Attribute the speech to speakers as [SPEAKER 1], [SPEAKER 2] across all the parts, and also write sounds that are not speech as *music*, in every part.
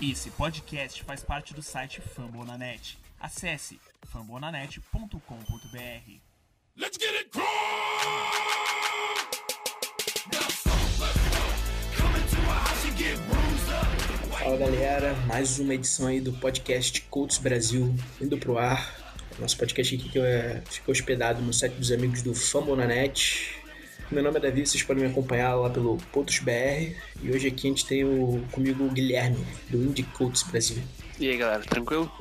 [SPEAKER 1] Esse podcast faz parte do site Fambonanet. Acesse fambonanet.com.br.
[SPEAKER 2] Let's get it crunk! Now sober, coming to a house you get bruised up.
[SPEAKER 3] Fala galera, mais uma edição aí do podcast Colts Brasil indo pro ar. Nosso podcast aqui que é, fica hospedado no site dos amigos do Fambonanet. Meu nome é Davi, vocês podem me acompanhar lá pelo Pontos BR. E hoje aqui a gente tem o, comigo o Guilherme, do Indie Colts Brasil.
[SPEAKER 4] E aí galera, tranquilo?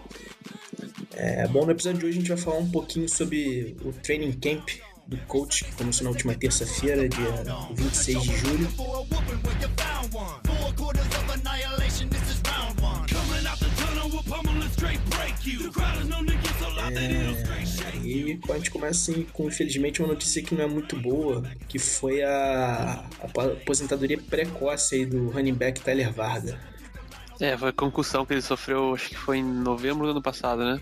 [SPEAKER 3] É bom, no episódio de hoje a gente vai falar um pouquinho sobre o training camp do coach, que começou na última terça-feira, dia 26 de julho.
[SPEAKER 2] For a whooping when you found one. Four quarters of annihilation, this is round one. Coming out the tunnel, we'll pummel and straight break you. The crowd is known to get so loud that it'll straight shake.
[SPEAKER 3] E a gente começa assim, com, infelizmente, uma notícia que não é muito boa, que foi a, a pa- aposentadoria precoce aí do running back Tyler Varda.
[SPEAKER 4] É, foi a concussão que ele sofreu, acho que foi em novembro do ano passado, né?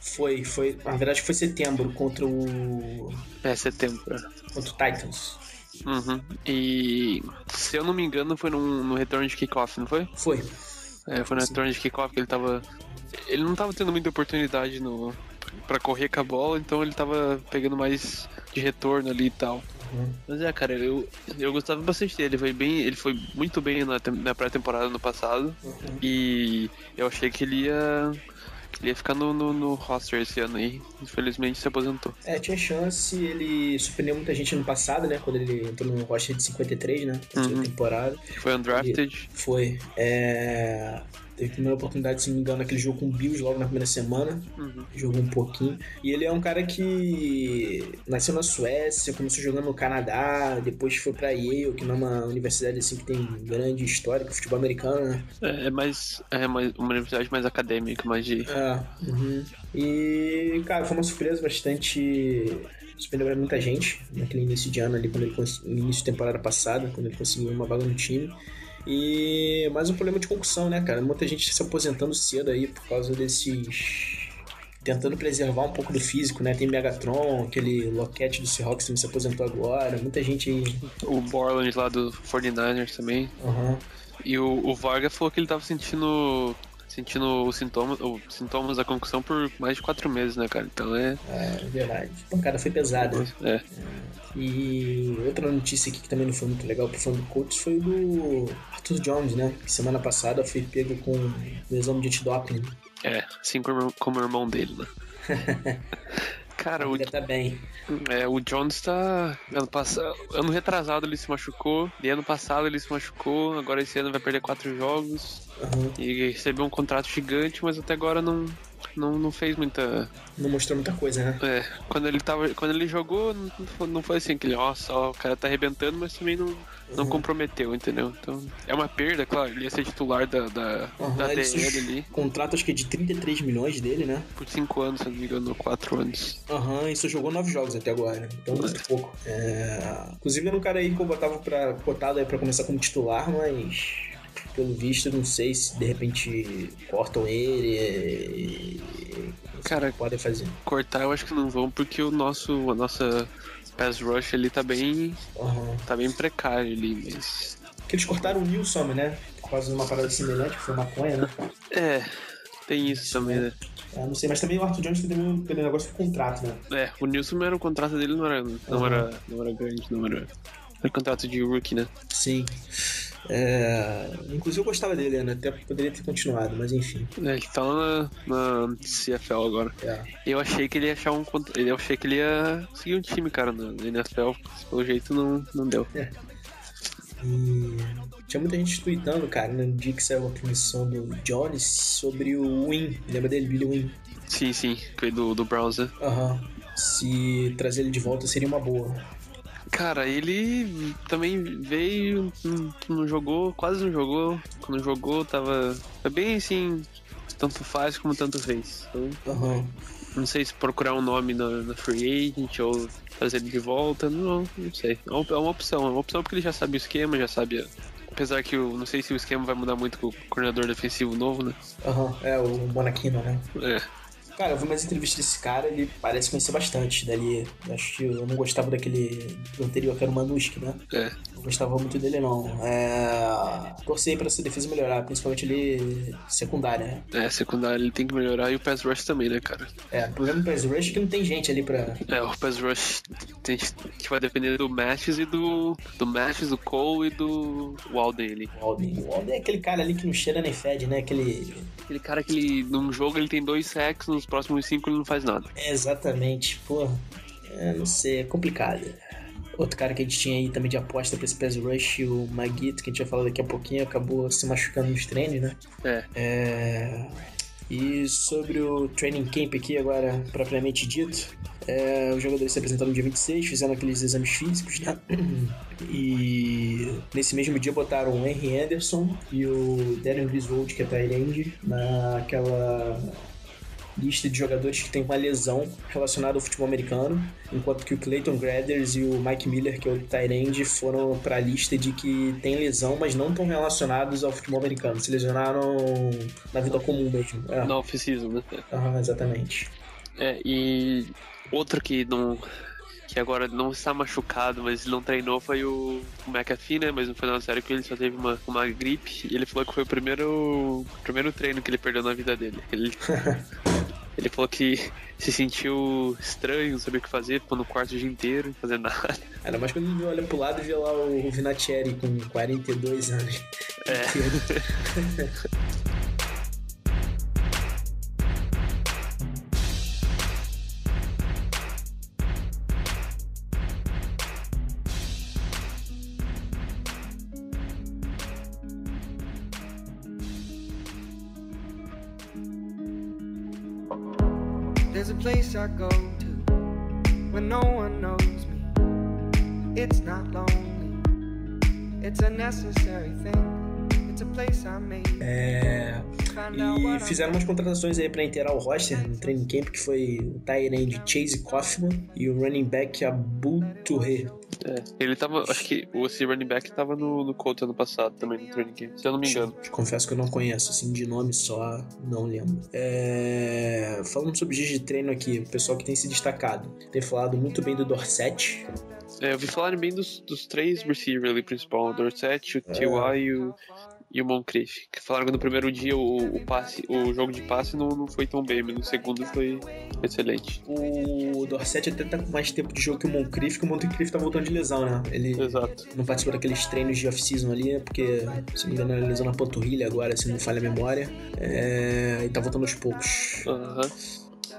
[SPEAKER 3] Foi, foi, na verdade foi setembro contra o
[SPEAKER 4] É, setembro. é.
[SPEAKER 3] contra o Titans.
[SPEAKER 4] Uhum. E se eu não me engano, foi num, no retorno de kickoff, não foi?
[SPEAKER 3] Foi.
[SPEAKER 4] É, foi no retorno de kickoff que ele tava. Ele não tava tendo muita oportunidade no para correr com a bola, então ele tava pegando mais de retorno ali e tal.
[SPEAKER 3] Uhum.
[SPEAKER 4] Mas é, cara, eu, eu gostava bastante dele. Ele foi, bem, ele foi muito bem na, tem- na pré-temporada no passado.
[SPEAKER 3] Uhum.
[SPEAKER 4] E eu achei que ele ia. que ele ia ficar no, no, no roster esse ano aí. Infelizmente se aposentou.
[SPEAKER 3] É, tinha chance, ele surpreendeu muita gente ano passado, né? Quando ele entrou no roster de 53, né? Na
[SPEAKER 4] Uhum.
[SPEAKER 3] temporada.
[SPEAKER 4] Foi undrafted.
[SPEAKER 3] Foi. É... Teve a primeira oportunidade, se não me engano, naquele jogo com o Bills logo na primeira semana.
[SPEAKER 4] Uhum.
[SPEAKER 3] jogou um pouquinho. E ele é um cara que nasceu na Suécia, começou jogando no Canadá, depois foi pra Yale, que é uma universidade assim que tem grande história com futebol americano, né?
[SPEAKER 4] É, é mais. É mais uma universidade mais acadêmica, mais de.
[SPEAKER 3] É, uhum. E, cara, foi uma surpresa bastante. Surpreendeu pra muita gente naquele início de ano ali, quando ele cons- no início de temporada passada, quando ele conseguiu uma vaga no time. E mais um problema de concussão, né, cara? Muita gente se aposentando cedo aí por causa desses. Tentando preservar um pouco do físico, né? Tem Megatron, aquele loquete do Seahawks também se aposentou agora. Muita gente aí.
[SPEAKER 4] O Borland lá do 49ers também.
[SPEAKER 3] Aham.
[SPEAKER 4] E o, o Varga falou que ele tava sentindo. Sentindo os sintomas, os sintomas da concussão por mais de quatro meses, né, cara? Então é.
[SPEAKER 3] É verdade. A pancada foi pesada.
[SPEAKER 4] é.
[SPEAKER 3] E outra notícia aqui que também não foi muito legal pro fã do Colts foi do Arthur Jones, né? Que semana passada foi pego com lesão de antidoping.
[SPEAKER 4] É, assim como, como o irmão dele, né? Cara, o,
[SPEAKER 3] Ainda tá bem.
[SPEAKER 4] é, o Jones tá. Ano, passado, ano retrasado ele se machucou, e ano passado ele se machucou, agora esse ano vai perder quatro jogos.
[SPEAKER 3] Aham.
[SPEAKER 4] E recebeu um contrato gigante, mas até agora não, não, não fez muita.
[SPEAKER 3] Não mostrou muita coisa, né?
[SPEAKER 4] É, quando ele tava. Quando ele jogou, não não foi, não foi assim aquele, nossa, ó, o cara tá arrebentando, mas também não, não comprometeu, entendeu? Então. É uma perda, claro, ele ia ser titular da, da,
[SPEAKER 3] Aham,
[SPEAKER 4] da
[SPEAKER 3] ele
[SPEAKER 4] DL
[SPEAKER 3] sus-
[SPEAKER 4] ali
[SPEAKER 3] Contrato acho que é de 33 milhões dele, né?
[SPEAKER 4] por cinco anos, se eu não me engano, quatro anos.
[SPEAKER 3] Aham, e só jogou nove jogos até agora, né? então muito pouco. É, Inclusive era um cara aí que eu botava pra, cotado aí pra começar como titular, mas pelo visto não sei se de repente cortam ele. e-
[SPEAKER 4] Cara,
[SPEAKER 3] podem fazer.
[SPEAKER 4] cortar eu acho que não vão porque o nosso a nossa pass rush ali tá bem
[SPEAKER 3] Aham.
[SPEAKER 4] tá bem precário ali mas
[SPEAKER 3] Que eles cortaram o Nilson, né? Por causa de uma parada semelhante, que foi maconha, né?
[SPEAKER 4] é tem isso também né
[SPEAKER 3] Eu não sei, mas também o Arthur Jones tem também pelo negócio do contrato, né?
[SPEAKER 4] é o Nilson era o contrato dele não era não
[SPEAKER 3] Uhum.
[SPEAKER 4] era não era grande não era era contrato de rookie né
[SPEAKER 3] Sim. É, Inclusive eu gostava dele, né? Até poderia ter continuado, mas enfim.
[SPEAKER 4] É, ele tá lá na, na CFL agora
[SPEAKER 3] É.
[SPEAKER 4] eu achei que ele ia achar um cont- eu achei que ele ia seguir um time cara na na NFL mas pelo jeito não não deu
[SPEAKER 3] E tinha muita gente tweetando, cara, no dia que saiu a punição do Jones sobre o Win. Lembra dele, Billy Win?
[SPEAKER 4] sim sim que veio do do Browns né?
[SPEAKER 3] Aham. Se trazer ele de volta seria uma boa.
[SPEAKER 4] Cara, ele também veio, não- não jogou, quase não jogou. Quando jogou, tava. Foi bem assim, tanto faz como tanto fez. Então,
[SPEAKER 3] Aham.
[SPEAKER 4] não sei se procurar um nome na, na Free Agent ou trazer ele de volta, não, não sei. É uma, é uma opção, é uma opção porque ele já sabe o esquema, já sabe. a- Apesar que eu não sei se o esquema vai mudar muito com o coordenador defensivo novo, né?
[SPEAKER 3] Aham. É, o Bonaquino, né?
[SPEAKER 4] É.
[SPEAKER 3] Cara, eu vi umas entrevistas desse cara, ele parece conhecer bastante dali. Acho que eu não gostava daquele do anterior, que era o Manuski, né?
[SPEAKER 4] É.
[SPEAKER 3] Não gostava muito dele, não. É... Torci pra essa defesa melhorar, principalmente ali secundária, né?
[SPEAKER 4] É, secundário ele tem que melhorar e o pass rush também, né, cara?
[SPEAKER 3] É, o problema do pass rush é que não tem gente ali pra...
[SPEAKER 4] É, o pass rush tem, que vai depender do Matches e do. Do Matches, do Cole e do Walden ali.
[SPEAKER 3] O Alden. O Alden é aquele cara ali que não cheira nem fede, né? Aquele...
[SPEAKER 4] Aquele cara que ele, num jogo ele tem dois sacks, nos próximos cinco ele não faz nada.
[SPEAKER 3] É, exatamente, porra. É, não sei, é complicado. Outro cara que a gente tinha aí também de aposta pra esse pass rush, o Maguito, que a gente vai falar daqui a pouquinho, acabou se machucando nos treinos, né?
[SPEAKER 4] É.
[SPEAKER 3] É, E sobre o training camp aqui, agora propriamente dito, é, os jogadores se apresentaram no dia 26, fizeram aqueles exames físicos, né? *clears throat* E nesse mesmo dia botaram o Henry Anderson e o Darren Griswold, que é tight end, naquela lista de jogadores que tem uma lesão relacionada ao futebol americano, enquanto que o Clayton Graders e o Mike Miller, que é o tight end, foram para a lista de que tem lesão, mas não estão relacionados ao futebol americano. Se lesionaram na vida comum mesmo. É.
[SPEAKER 4] Não, preciso, né?
[SPEAKER 3] Aham, exatamente.
[SPEAKER 4] É, e outro que não. que agora não está machucado, mas não treinou foi o McAfee, né? Mas no final da série que ele só teve uma, uma gripe. E ele falou que foi o primeiro. o primeiro treino que ele perdeu na vida dele. Ele, ele falou que se sentiu estranho, não sabia o que fazer, ficou no quarto o dia inteiro, não fazendo nada.
[SPEAKER 3] Era mais quando ele olha pro lado e vê lá o Vinatieri com 42 anos.
[SPEAKER 4] É.
[SPEAKER 5] There's a place I go to when no one knows me. It's not lonely. It's a necessary thing. It's a place I made.
[SPEAKER 3] Eh, É,
[SPEAKER 5] Find out
[SPEAKER 3] E
[SPEAKER 5] what I'm
[SPEAKER 3] fizeram umas contratações aí pra inteirar o roster no training camp, que foi o tight end Chase Kaufman e o running back Abu Touré.
[SPEAKER 4] É, ele tava. Acho que o esse running back tava no, no Colts ano passado também, no training camp, se eu não me engano.
[SPEAKER 3] Te Confesso que eu não conheço, assim, de nome só, não lembro. É, Falando sobre os dias de treino aqui, o pessoal que tem se destacado. Tem falado muito bem do Dorset.
[SPEAKER 4] É, eu vi falarem bem dos, dos três receivers ali principal, o Dorset, o T.Y. e o, e o Moncrief. Que falaram que no primeiro dia o, o passe, o jogo de passe não, não foi tão bem, mas no segundo foi excelente.
[SPEAKER 3] O Dorset até tá com mais tempo de jogo que o Moncrief, que o Moncrief tá voltando de lesão, né? Ele
[SPEAKER 4] Exato.
[SPEAKER 3] não participou daqueles treinos de off-season ali, né? porque, se não me engano, ele lesão na panturrilha agora, se não me falha a memória. É, E tá voltando aos poucos.
[SPEAKER 4] Aham.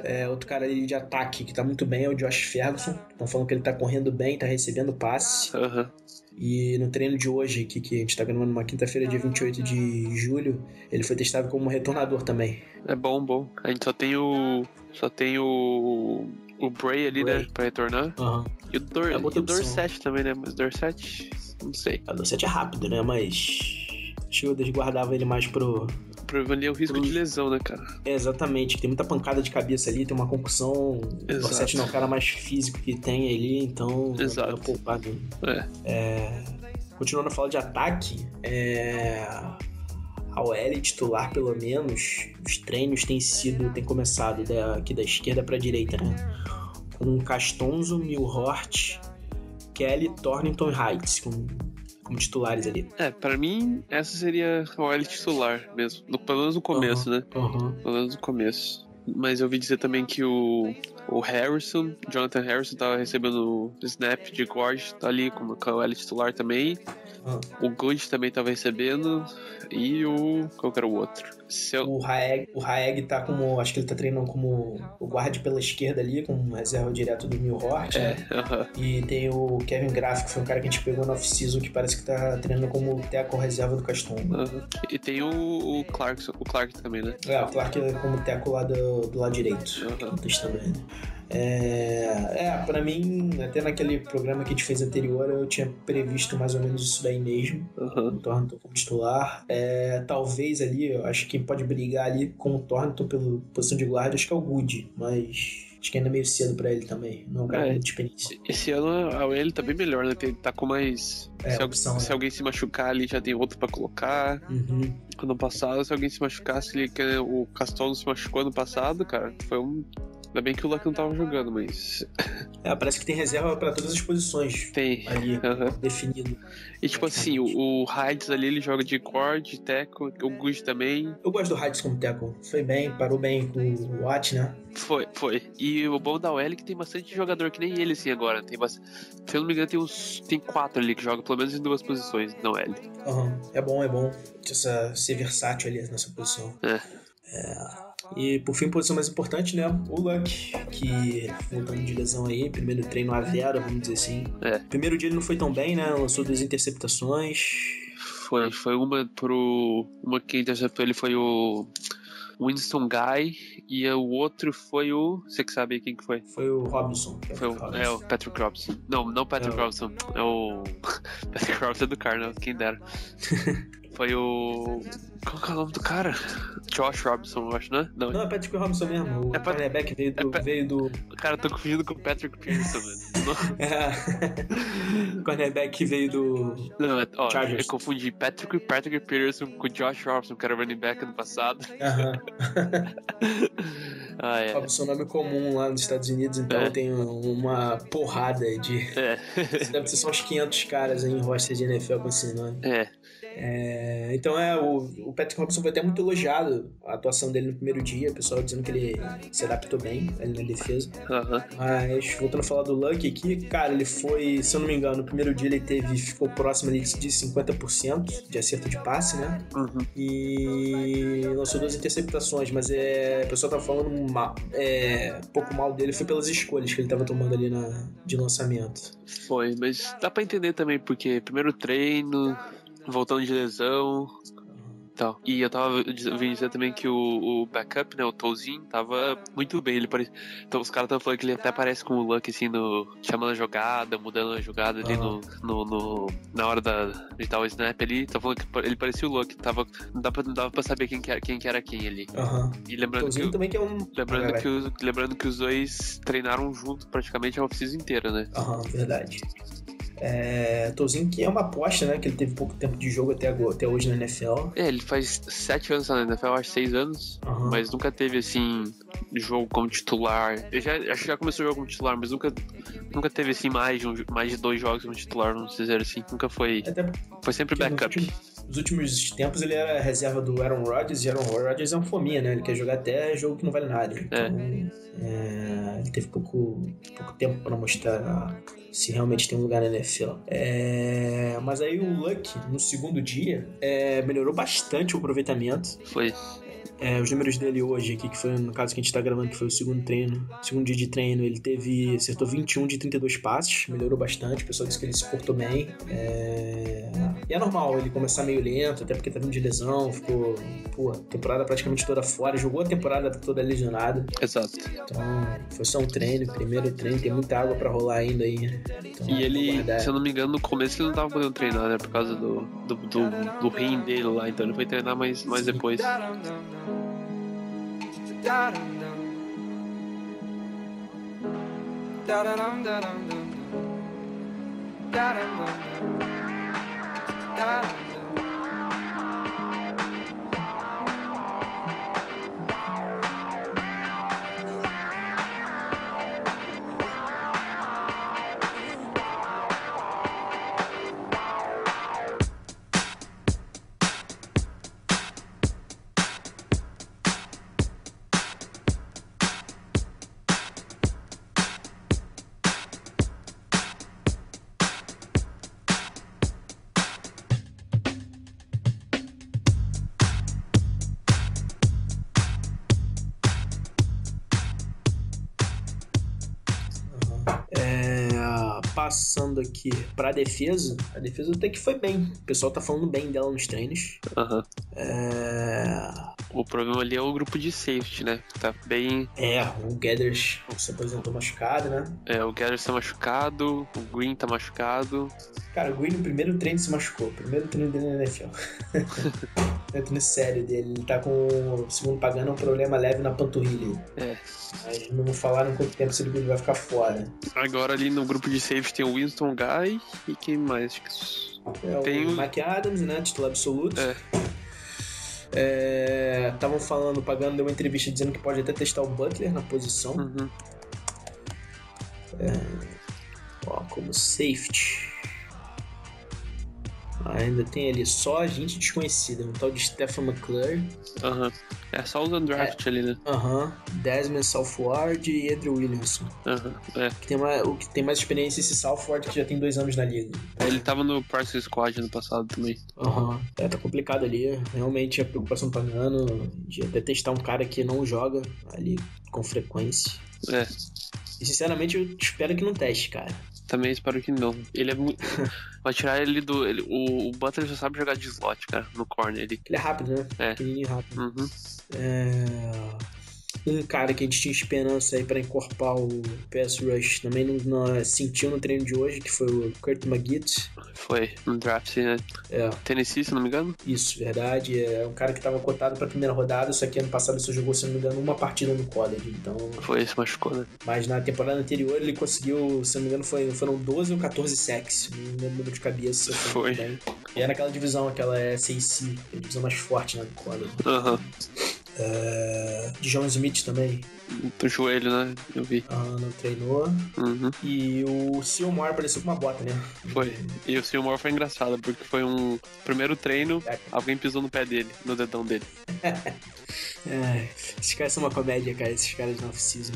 [SPEAKER 3] É, outro cara ali de ataque que tá muito bem é o Josh Ferguson. Estão falando que ele tá correndo bem, tá recebendo passe.
[SPEAKER 4] Aham.
[SPEAKER 3] E no treino de hoje, que, que a gente tá gravando numa quinta-feira, dia 28 de julho, ele foi testado como retornador também.
[SPEAKER 4] É bom, bom. A gente só tem o. Só tem o. O Bray ali,
[SPEAKER 3] Bray.
[SPEAKER 4] né? Pra retornar.
[SPEAKER 3] Aham.
[SPEAKER 4] E o, Dor,
[SPEAKER 3] É
[SPEAKER 4] e
[SPEAKER 3] uma outra
[SPEAKER 4] o Dorset também, né? Mas Dorset. Não sei.
[SPEAKER 3] A docete é rápido, né? Mas. Acho que eu desguardava ele mais pro.
[SPEAKER 4] Prevalia o risco de lesão, né, cara?
[SPEAKER 3] É, exatamente, que tem muita pancada de cabeça ali, tem uma concussão. O
[SPEAKER 4] Exato.
[SPEAKER 3] Dorset não é o cara mais físico que tem ali, então.
[SPEAKER 4] Exato.
[SPEAKER 3] é poupar mesmo.
[SPEAKER 4] É.
[SPEAKER 3] Continuando a falar de ataque, é... a OL titular, pelo menos, os treinos têm sido, têm começado da- aqui da esquerda para a direita, né? Com Castonzo, Milhort, Kelly, Thornton e Heights, como, como titulares ali.
[SPEAKER 4] É, pra mim, essa seria a OL titular mesmo. No- pelo menos no começo, né? Pelo menos no começo. Mas eu ouvi dizer também que o, o Harrison, Jonathan Harrison, tava recebendo o snap de Gorge, tá ali como com a OL titular também.
[SPEAKER 3] Ah.
[SPEAKER 4] O Good também tava recebendo. E o. Qual que era o outro? Se eu-
[SPEAKER 3] O Haeg, o Haeg tá como, acho que ele tá treinando como o guarda pela esquerda ali, como reserva direto do Milhort,
[SPEAKER 4] É,
[SPEAKER 3] né?
[SPEAKER 4] aham.
[SPEAKER 3] E tem o Kevin Graff, que foi um cara que a gente pegou no off-season, que parece que tá treinando como teco reserva do Castonzo.
[SPEAKER 4] aham. E tem o, o Clarkson, o Clark também, né?
[SPEAKER 3] É, o Clark é como teco lá do, do lado direito.
[SPEAKER 4] Aham.
[SPEAKER 3] Testando ele. É, é, pra mim, até naquele programa que a gente fez anterior, eu tinha previsto mais ou menos isso daí mesmo.
[SPEAKER 4] Aham.
[SPEAKER 3] O Thornton como titular. É, talvez ali, eu acho que quem pode brigar ali com o Thornton pela posição de guarda, acho que é o Good, mas. Acho que ainda é meio cedo pra ele também. Não é um cara
[SPEAKER 4] É.
[SPEAKER 3] com muita experiência.
[SPEAKER 4] Esse ano a OL tá bem melhor, né? Tem- Tá com mais.
[SPEAKER 3] É,
[SPEAKER 4] se, al-
[SPEAKER 3] opção,
[SPEAKER 4] se
[SPEAKER 3] né?
[SPEAKER 4] alguém se machucar ali, já tem outro pra colocar.
[SPEAKER 3] Uhum.
[SPEAKER 4] Ano passado, se alguém se machucasse, ele, que- o Castol não se machucou ano passado, cara. Foi um. Ainda bem que o Luck não tava jogando, mas.
[SPEAKER 3] É, parece que tem reserva pra todas as posições
[SPEAKER 4] Tem.
[SPEAKER 3] ali,
[SPEAKER 4] *laughs* Aham.
[SPEAKER 3] definido.
[SPEAKER 4] E tipo assim, o, o Hydes ali, ele joga de core, de teco, o Guji também.
[SPEAKER 3] Eu gosto do Hades como teco. Foi bem, parou bem com o Watt, né?
[SPEAKER 4] Foi, foi. E o bom da OL é que tem bastante jogador que nem ele, assim, agora. Tem bastante... Se eu não me engano, tem uns. Tem quatro ali que jogam, pelo menos em duas posições na OL.
[SPEAKER 3] Aham, É bom, é bom essa, ser versátil ali nessa posição.
[SPEAKER 4] É.
[SPEAKER 3] É. E por fim, posição mais importante, né? O Luck, que voltando de lesão aí, primeiro treino a Vera, vamos dizer assim.
[SPEAKER 4] É.
[SPEAKER 3] Primeiro dia ele não foi tão bem, né? Lançou duas interceptações.
[SPEAKER 4] Foi, foi uma pro. Uma que interceptou ele foi o. Winston Guy e o outro foi o. Você que sabe quem que foi?
[SPEAKER 3] Foi o Robinson.
[SPEAKER 4] Foi o, é o Patrick Robson. Não, não o Patrick
[SPEAKER 3] É o-
[SPEAKER 4] Robson. É o. *laughs* Patrick Robson é do Cardinals, quem
[SPEAKER 3] *laughs*
[SPEAKER 4] dera. foi o. Qual que é o nome do cara? Josh Robson, eu acho, né? Não,
[SPEAKER 3] Não, é Patrick Robinson mesmo. O
[SPEAKER 4] É Pat-
[SPEAKER 3] cornerback veio do.
[SPEAKER 4] é Pat-
[SPEAKER 3] veio
[SPEAKER 4] *laughs*
[SPEAKER 3] do... *laughs*
[SPEAKER 4] cara, eu tô confundindo com o Patrick Pearson, mano.
[SPEAKER 3] o cornerback veio do.
[SPEAKER 4] Não, não, é- ó,
[SPEAKER 3] Chargers.
[SPEAKER 4] eu confundi Patrick, Patrick Peterson com o Josh Robson, que era running back ano passado.
[SPEAKER 3] Aham.
[SPEAKER 4] ah, é.
[SPEAKER 3] Robinson é nome comum lá nos Estados Unidos, então
[SPEAKER 4] É.
[SPEAKER 3] tem uma porrada de.
[SPEAKER 4] É, *laughs*
[SPEAKER 3] Deve ser só uns 500 caras aí em roster de NFL com esse nome.
[SPEAKER 4] é.
[SPEAKER 3] É, então é, o, o Patrick Robinson foi até muito elogiado a atuação dele no primeiro dia, o pessoal dizendo que ele se adaptou bem ali na defesa.
[SPEAKER 4] Aham.
[SPEAKER 3] Mas voltando a falar do Luck aqui, cara, ele foi, se eu não me engano, no primeiro dia ele teve, ficou próximo ali de 50% de acerto de passe, né?
[SPEAKER 4] Uhum.
[SPEAKER 3] e lançou duas interceptações, mas é, o pessoal tá falando mal, é, um pouco mal dele, foi pelas escolhas que ele tava tomando ali na, de lançamento.
[SPEAKER 4] Foi, mas dá pra entender também, porque primeiro treino, voltando de lesão tal. E eu tava diz- ouvindo dizer também que o, o backup, né, o Tolzin, tava muito bem. Ele parecia. Então os caras estavam falando que ele até parece com o Luck, assim, no. chamando a jogada, mudando a jogada ali no, no, no- na hora da, de dar o snap ali. Tava falando que pa- ele parecia o Luck, tava, não, dá pra, não dava pra saber quem que era quem, que era quem ali.
[SPEAKER 3] Aham.
[SPEAKER 4] E lembrando que.
[SPEAKER 3] Tolzinho
[SPEAKER 4] o-
[SPEAKER 3] também que é um.
[SPEAKER 4] Lembrando
[SPEAKER 3] Vai,
[SPEAKER 4] que, os, lembrando que os dois treinaram junto praticamente a oficina inteira, né?
[SPEAKER 3] Aham, verdade. É, Tolzinho que é uma aposta, né? Que ele teve pouco tempo de jogo até, agora, até hoje na NFL.
[SPEAKER 4] É, ele faz sete anos na NFL, acho seis anos,
[SPEAKER 3] Aham.
[SPEAKER 4] mas nunca teve assim jogo como titular. Ele já acho que já começou o jogo como titular, mas nunca, nunca teve assim mais de, um- mais de dois jogos como titular, vamos dizer assim. Nunca foi.
[SPEAKER 3] Até porque
[SPEAKER 4] Foi sempre
[SPEAKER 3] nos
[SPEAKER 4] backup.
[SPEAKER 3] últimos, nos últimos tempos ele era reserva do Aaron Rodgers e Aaron Rodgers é um fominha, né? Ele quer jogar até jogo que não vale nada. Então, é, ele teve pouco, pouco tempo pra mostrar se realmente tem um lugar na NFL. É, mas aí o Luck, no segundo dia, é, melhorou bastante o aproveitamento.
[SPEAKER 4] Foi.
[SPEAKER 3] É, os números dele hoje aqui, que foi no caso que a gente tá gravando, que foi o segundo treino, segundo dia de treino, ele teve, acertou 21 de 32 passes, melhorou bastante, o pessoal disse que ele se portou bem. É... E é normal ele começar meio lento, até porque tá vindo de lesão, ficou, pô, a temporada praticamente toda fora, jogou a temporada toda lesionado,
[SPEAKER 4] Exato.
[SPEAKER 3] então foi só um treino, primeiro treino, tem muita água pra rolar ainda aí, né? Então,
[SPEAKER 4] E ele,
[SPEAKER 3] vamos aguardar.
[SPEAKER 4] se eu não me engano, no começo ele não tava podendo treinar, né? Por causa do, do, do, do rim dele lá, então ele foi treinar mais, mais depois.
[SPEAKER 5] Da-dum-dum-dum. Da-dum-dum. Da-dum-dum-dum-dum. Da-dum-dum-dum. Da-dum-dum.
[SPEAKER 3] É, passando aqui pra defesa, a defesa até que foi bem, o pessoal tá falando bem dela nos treinos.
[SPEAKER 4] Aham.
[SPEAKER 3] É...
[SPEAKER 4] O problema ali é o grupo de safety, né? Tá bem.
[SPEAKER 3] É, o Gathers se apresentou machucado, né?
[SPEAKER 4] É, o Garrett tá machucado, o Green tá machucado. *laughs*
[SPEAKER 3] Cara, o Green no primeiro treino se machucou. Primeiro treino dele na NFL. entra nesse sério dele. Ele tá com, segundo Pagano, um problema leve na panturrilha.
[SPEAKER 4] É.
[SPEAKER 3] Mas não falaram quanto tempo se ele vai ficar fora.
[SPEAKER 4] Agora ali no grupo de saves tem o Winston Guy e quem mais?
[SPEAKER 3] É o
[SPEAKER 4] Tem o-
[SPEAKER 3] Mike Adams, né? Titular absoluto.
[SPEAKER 4] É.
[SPEAKER 3] Estavam falando, o Pagano deu uma entrevista dizendo que pode até testar o Butler na posição.
[SPEAKER 4] Uhum.
[SPEAKER 3] Ó, como safety. Ah, ainda tem ali só gente desconhecida. Um tal de Stephen McClure.
[SPEAKER 4] Aham. É só os undrafted ali, né?
[SPEAKER 3] Aham. Desmond Southward e Andrew Williamson.
[SPEAKER 4] Aham. é.
[SPEAKER 3] Que tem mais, o que tem mais experiência é esse Southward que já tem dois anos na liga.
[SPEAKER 4] É. Ele tava no Parsons Squad ano passado também.
[SPEAKER 3] Aham. É, tá complicado ali. Realmente a preocupação do Pagano de até testar um cara que não joga ali com frequência.
[SPEAKER 4] É.
[SPEAKER 3] E sinceramente eu espero que não teste, cara.
[SPEAKER 4] Também espero que não. Ele é *laughs* muito. Vai tirar ele do. ele- o, o Butler só sabe jogar de slot, cara, no corner ali.
[SPEAKER 3] Ele é rápido, né?
[SPEAKER 4] É.
[SPEAKER 3] Pequenininho e rápido.
[SPEAKER 4] Uhum.
[SPEAKER 3] É, Um cara que a gente tinha esperança aí pra encorpar o PS Rush também não, não- é, sentiu no treino de hoje, que foi o Kurt McGitt.
[SPEAKER 4] Foi no draft, né?
[SPEAKER 3] É,
[SPEAKER 4] Tennessee, se não me engano.
[SPEAKER 3] isso, verdade. É um cara que tava cotado pra primeira rodada, só que ano passado só jogou, se não me engano, uma partida no college. Então,
[SPEAKER 4] Foi, se machucou, né?
[SPEAKER 3] mas na temporada anterior ele conseguiu, se não me engano, foi, foram 12 ou 14 sacks. Não lembro o número de cabeça.
[SPEAKER 4] Foi.
[SPEAKER 3] muito bem. E é naquela divisão, aquela é SAC, a divisão mais forte né, do college.
[SPEAKER 4] Aham.
[SPEAKER 3] É, John Smith também
[SPEAKER 4] Do joelho, né? Eu vi.
[SPEAKER 3] ah, não treinou.
[SPEAKER 4] Uhum.
[SPEAKER 3] E o Silmar apareceu com uma bota, né?
[SPEAKER 4] Foi. E o Seymour foi engraçado, porque foi um primeiro treino, alguém pisou no pé dele, no dedão dele.
[SPEAKER 3] É, esses caras são uma comédia, cara, esses caras de
[SPEAKER 4] *laughs*
[SPEAKER 3] off-season.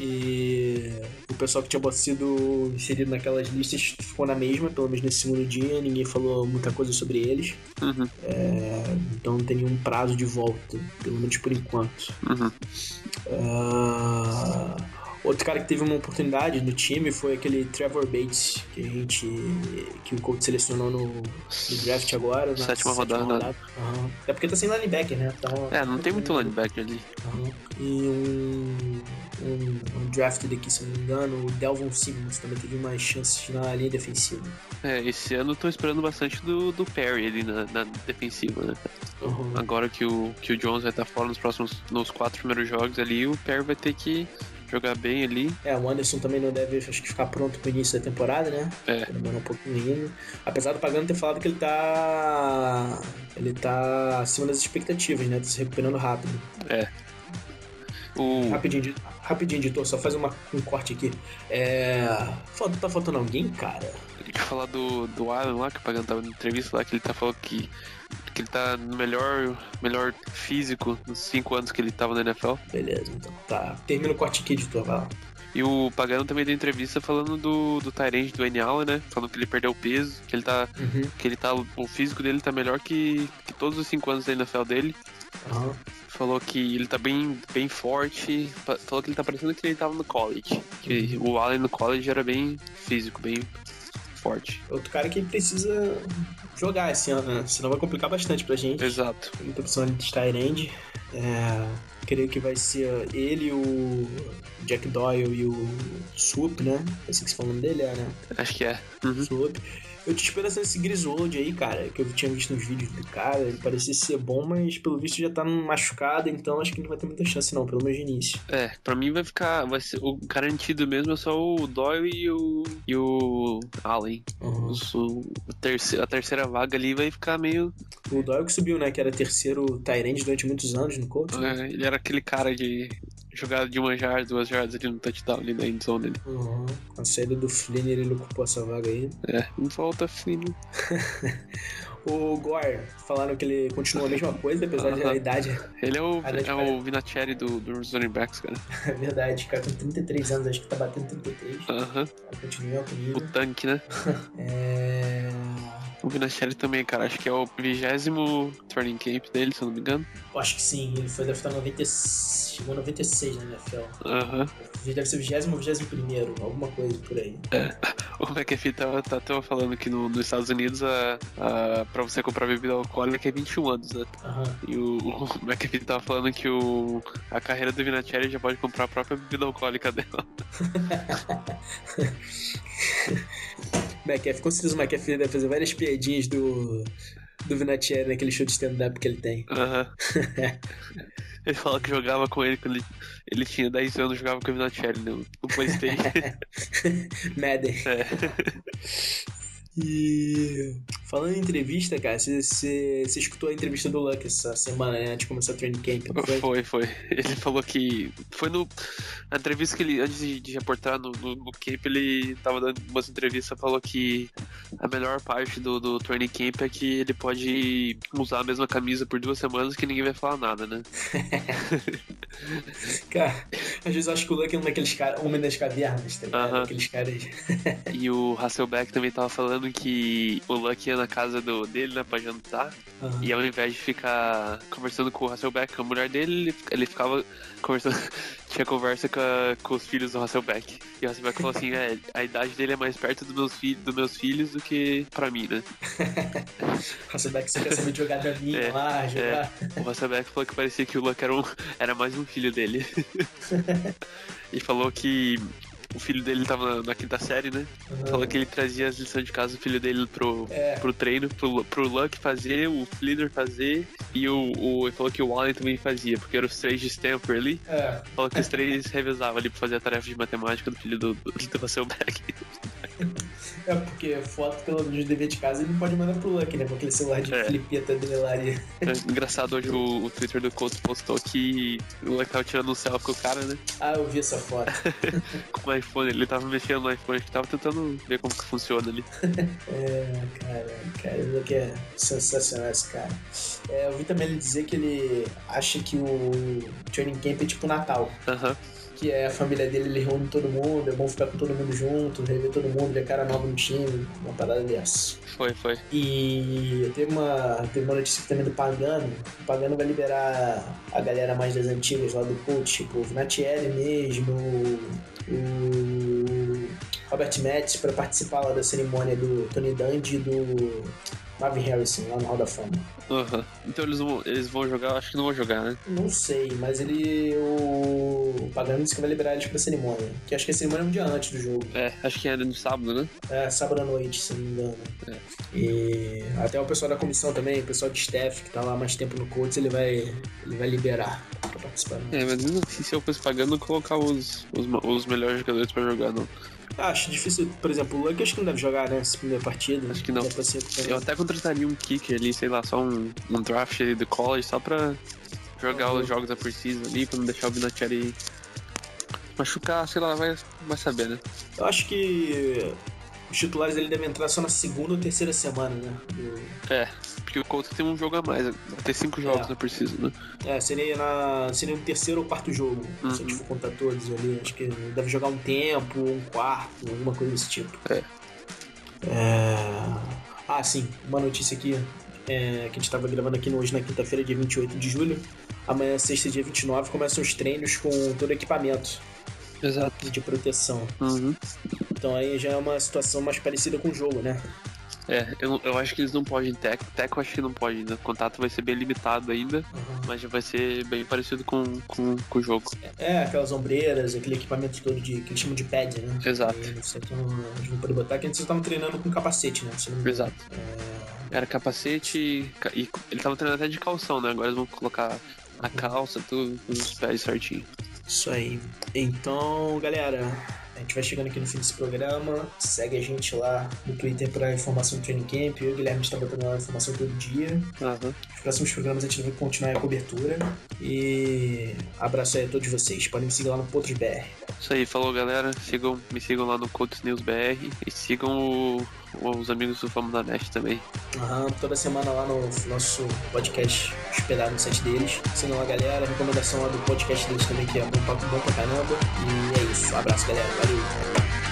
[SPEAKER 3] e o pessoal que tinha sido inserido naquelas listas ficou na mesma, pelo menos nesse segundo dia, ninguém falou muita coisa sobre eles.
[SPEAKER 4] Uhum.
[SPEAKER 3] É, então não tem nenhum prazo de volta, pelo menos por enquanto.
[SPEAKER 4] Uhum.
[SPEAKER 3] Ah, outro cara que teve uma oportunidade no time foi aquele Trevor Bates, que a gente. que o coach selecionou no, no draft agora. Na
[SPEAKER 4] Sétima rodada.
[SPEAKER 3] Aham. É porque tá sem linebacker, né? Então-
[SPEAKER 4] É, não tem muito linebacker ali.
[SPEAKER 3] Aham. E um, um, um drafted aqui, se não me engano, o Delvon Simmons também teve mais chances na linha defensiva.
[SPEAKER 4] É, esse ano eu tô esperando bastante do, do Perry ali na, na defensiva, né?
[SPEAKER 3] Aham.
[SPEAKER 4] Agora que o, que o Jones vai estar fora nos próximos, nos quatro primeiros jogos ali, o Perry vai ter que jogar bem ali.
[SPEAKER 3] É, o Anderson também não deve acho que ficar pronto pro início da temporada, né?
[SPEAKER 4] É.
[SPEAKER 3] Vai Demorar um pouquinho ainda. Apesar do Pagano ter falado que ele tá. Ele tá acima das expectativas, né? Tá se recuperando rápido.
[SPEAKER 4] O,
[SPEAKER 3] Rapidinho, edi- rapidinho editor, só faz uma, um corte aqui. É. fal- Tá faltando alguém, cara?
[SPEAKER 4] Deixa eu falar do, do Alan lá, que o Pagano tava na entrevista lá, que ele tá falando que, que ele tá no melhor, melhor físico nos cinco anos que ele tava na NFL.
[SPEAKER 3] Beleza, então tá. Termina o corte aqui, editor, vai lá.
[SPEAKER 4] E o Pagano também deu entrevista falando do, do Tyrande do N. Allen, né? Falando que ele perdeu peso, que ele tá.
[SPEAKER 3] Uhum.
[SPEAKER 4] Que ele tá. O físico dele tá melhor que, que todos os cinco anos da NFL dele.
[SPEAKER 3] Aham.
[SPEAKER 4] Falou que ele tá bem, bem forte. fa- Falou que ele tá parecendo que ele tava no college. Que o Allen no college era bem físico, bem forte.
[SPEAKER 3] Outro cara que precisa jogar esse ano, né? Senão vai complicar bastante pra gente.
[SPEAKER 4] Exato.
[SPEAKER 3] muita opção ali de Tyrande. É, creio que vai ser ele, o Jack Doyle e o Swoop, né? É assim que se fala o nome dele, é, né?
[SPEAKER 4] Acho que é. Uhum.
[SPEAKER 3] Swoop. Eu tinha esperança nesse Griswold aí, cara, que eu tinha visto nos vídeos do cara. Ele parecia ser bom, mas pelo visto já tá machucado, então acho que não vai ter muita chance, não, pelo menos de início.
[SPEAKER 4] É, pra mim vai ficar. Vai ser, o garantido mesmo é só o Doyle e o. e o Allen. Os- o- o terce- a terceira vaga ali vai ficar meio.
[SPEAKER 3] O Doyle que subiu, né? Que era terceiro Tyrande durante muitos anos no coach.
[SPEAKER 4] É, ele era aquele cara de jogar de uma jarda, duas jardas ali no touchdown ali na endzone dele.
[SPEAKER 3] Uhum. A saída do Flinner, ele ocupou essa vaga aí.
[SPEAKER 4] É, não falta filho.
[SPEAKER 3] O Gore, falaram que ele continua a mesma coisa, apesar da
[SPEAKER 4] Aham.
[SPEAKER 3] idade *laughs*
[SPEAKER 4] Ele é o,
[SPEAKER 3] Ah, não,
[SPEAKER 4] é o Vinatieri do, dos running backs, cara.
[SPEAKER 3] É verdade, cara, com 33 anos, acho que tá batendo 33.
[SPEAKER 4] Aham.
[SPEAKER 3] Continua em alto nível.
[SPEAKER 4] O tanque, né?
[SPEAKER 3] É...
[SPEAKER 4] O Vinatieri também, cara. Acho que é o vigésimo training camp dele, se eu não me engano.
[SPEAKER 3] eu Acho que sim, ele foi, deve estar 96, chegou a 96 na NFL.
[SPEAKER 4] Aham.
[SPEAKER 3] Deve ser o 20 ou 21, alguma coisa por aí.
[SPEAKER 4] O McAfee tava, tá, tava falando que no- nos Estados Unidos a, a, pra você comprar bebida alcoólica é 21 anos, né?
[SPEAKER 3] Aham.
[SPEAKER 4] E o, o *laughs* McAfee tava falando que o, a carreira do Vinatieri já pode comprar a própria bebida alcoólica dela.
[SPEAKER 3] McAfee, com certeza o McAfee deve fazer várias piadinhas do. do Vinatieri naquele show de stand-up que ele tem.
[SPEAKER 4] Aham. Ele fala que jogava com ele quando ele, ele tinha 10 anos, jogava com o Vinatieri no, no Playstation.
[SPEAKER 3] Madden.
[SPEAKER 4] é.
[SPEAKER 3] E falando em entrevista, cara, você, você, você escutou a entrevista do Luck essa semana, né? Antes de começar o training camp,
[SPEAKER 4] Uhum.
[SPEAKER 3] não foi?
[SPEAKER 4] Foi, foi. Ele falou que. Foi no. Na entrevista que ele, antes de, de reportar no, no, no camp, ele tava dando umas entrevistas falou que a melhor parte do, do training camp é que ele pode usar a mesma camisa por duas semanas que ninguém vai falar nada, né?
[SPEAKER 3] Cara, às vezes eu acho que o Luck é um daqueles caras, homem das cavernas, tá ligado?
[SPEAKER 4] Aham.
[SPEAKER 3] Aqueles caras.
[SPEAKER 4] E o Hasselbeck também tava falando que o Luck ia na casa do, dele, né, pra jantar.
[SPEAKER 3] Aham.
[SPEAKER 4] E ao invés de ficar conversando com o Hasselbeck, com a mulher dele, ele, ele ficava conversando. *laughs* Tinha conversa com, a- com os filhos do Hasselbeck. E o Hasselbeck falou assim: é, a idade dele é mais perto dos meus, filhos dos meus filhos do que pra mim, né?
[SPEAKER 3] Nossa, daqui você quer saber de jogar da minha
[SPEAKER 4] É,
[SPEAKER 3] lá, jogar.
[SPEAKER 4] O Hasselbeck falou que parecia que o Luck era, um, *laughs* era mais um filho dele. e falou que o filho dele tava na, na quinta série, né? Falou que ele trazia as lições de casa do filho dele pro,
[SPEAKER 3] É.
[SPEAKER 4] pro treino, pro, pro Luck fazer, o Flitter fazer, e o, o- ele falou que o Allen também fazia, porque eram os três de Stanford ali.
[SPEAKER 3] É.
[SPEAKER 4] Falou que os três revezavam ali pra fazer a tarefa de matemática do filho do, do, do Hasselbeck.
[SPEAKER 3] É porque foto, pelo menos, do dever de casa, ele não pode mandar pro Luck, né? Com aquele celular de
[SPEAKER 4] É.
[SPEAKER 3] flipeta dele lá. ali.
[SPEAKER 4] É Engraçado, hoje o, o Twitter do Colts postou que o Luck tava tirando um selfie com o cara, né?
[SPEAKER 3] Ah, eu vi essa foto.
[SPEAKER 4] Com o iPhone, ele tava mexendo no iPhone, que tava tentando ver como que funciona ali.
[SPEAKER 3] É, cara, cara, o Luke é sensacional esse cara. É, eu vi também ele dizer que ele acha que o training camp é tipo Natal,
[SPEAKER 4] Aham,
[SPEAKER 3] que é a família dele, ele reúne todo mundo, é bom ficar com todo mundo junto, rever todo mundo, ver cara nova no time, uma parada dessa.
[SPEAKER 4] foi, foi.
[SPEAKER 3] E teve uma, teve uma notícia também do Pagano. O Pagano vai liberar a galera mais das antigas lá do coach, tipo o Vinatieri mesmo, o- o Robert Metz, pra participar lá da cerimônia do Tony Dandy e do Marvin Harrison lá no Hall da Fama.
[SPEAKER 4] Aham. Então eles vão, eles vão jogar, eu acho que não vão jogar, né?
[SPEAKER 3] Não sei, mas ele. O, o Pagano disse que vai liberar eles pra cerimônia. Que acho que a cerimônia é um dia antes do jogo.
[SPEAKER 4] É, acho que era no sábado, né?
[SPEAKER 3] É, sábado à noite, se não me engano.
[SPEAKER 4] É.
[SPEAKER 3] E até o pessoal da comissão também, o pessoal de staff que tá lá mais tempo no Colts, ele vai, ele vai liberar pra participar.
[SPEAKER 4] É, mas mesmo assim, se eu fosse pagando, eu colocar os, os, ma- os melhores jogadores pra jogar, não.
[SPEAKER 3] Ah, Acho difícil, por exemplo, o Luck acho que não deve jogar, né? Essa primeira partida.
[SPEAKER 4] Acho que não.
[SPEAKER 3] Deve ser-
[SPEAKER 4] Eu até contrataria um kicker ali, sei lá, só um, um draft ali do college, só pra jogar os jogos da preseason ali, pra não deixar o Vinatieri machucar, sei lá, vai, vai saber, né?
[SPEAKER 3] Eu acho que os titulares ele devem entrar só na segunda ou terceira semana, né? Do-
[SPEAKER 4] É, porque o Colts tem um jogo a mais, vai ter cinco jogos
[SPEAKER 3] É.
[SPEAKER 4] na preseason, né?
[SPEAKER 3] É, seria, na, seria no terceiro ou quarto jogo, se a gente
[SPEAKER 4] Uhum.
[SPEAKER 3] for contar todos ali. Acho que deve jogar um tempo, um quarto, alguma coisa desse tipo.
[SPEAKER 4] É.
[SPEAKER 3] É... Ah, sim, uma notícia aqui é, que a gente estava gravando aqui hoje na quinta-feira, dia 28 de julho. Amanhã, sexta, dia 29, começam os treinos com todo o equipamento
[SPEAKER 4] Exato.
[SPEAKER 3] de proteção.
[SPEAKER 4] Uhum.
[SPEAKER 3] Então aí já é uma situação mais parecida com o jogo, né?
[SPEAKER 4] É, eu, eu acho que eles não podem tech, tech eu acho que não pode, né? O contato vai ser bem limitado ainda, mas já vai ser bem parecido com, com, com o jogo.
[SPEAKER 3] É, aquelas ombreiras, aquele equipamento todo de, que eles chamam de pad, né?
[SPEAKER 4] Exato.
[SPEAKER 3] Aí Você tem um, eles vão poder botar que antes eles estavam treinando com capacete, né? Se não me engano.
[SPEAKER 4] Exato. Era capacete e ca- e ele tava treinando até de calção, né? Agora eles vão colocar a calça, tudo, os pés certinho.
[SPEAKER 3] Isso aí. Então, galera, a gente vai chegando aqui no fim desse programa. Segue a gente lá no Twitter para informação do Training Camp. Eu e o Guilherme está botando lá informação todo dia.
[SPEAKER 4] Aham.
[SPEAKER 3] Nos próximos programas a gente vai continuar a cobertura. E abraço aí a todos vocês. Podem me seguir lá no Potros BR.
[SPEAKER 4] Isso aí, falou galera. Sigam, me sigam lá no Colts News BR e sigam o- os amigos do Fama da Nest também.
[SPEAKER 3] Aham, toda semana lá no nosso podcast hospedado no site deles. Sigam lá, galera. um Recomendação lá do podcast deles também, que é bom papo bom pra caramba. E é isso. Abraço, galera. Valeu.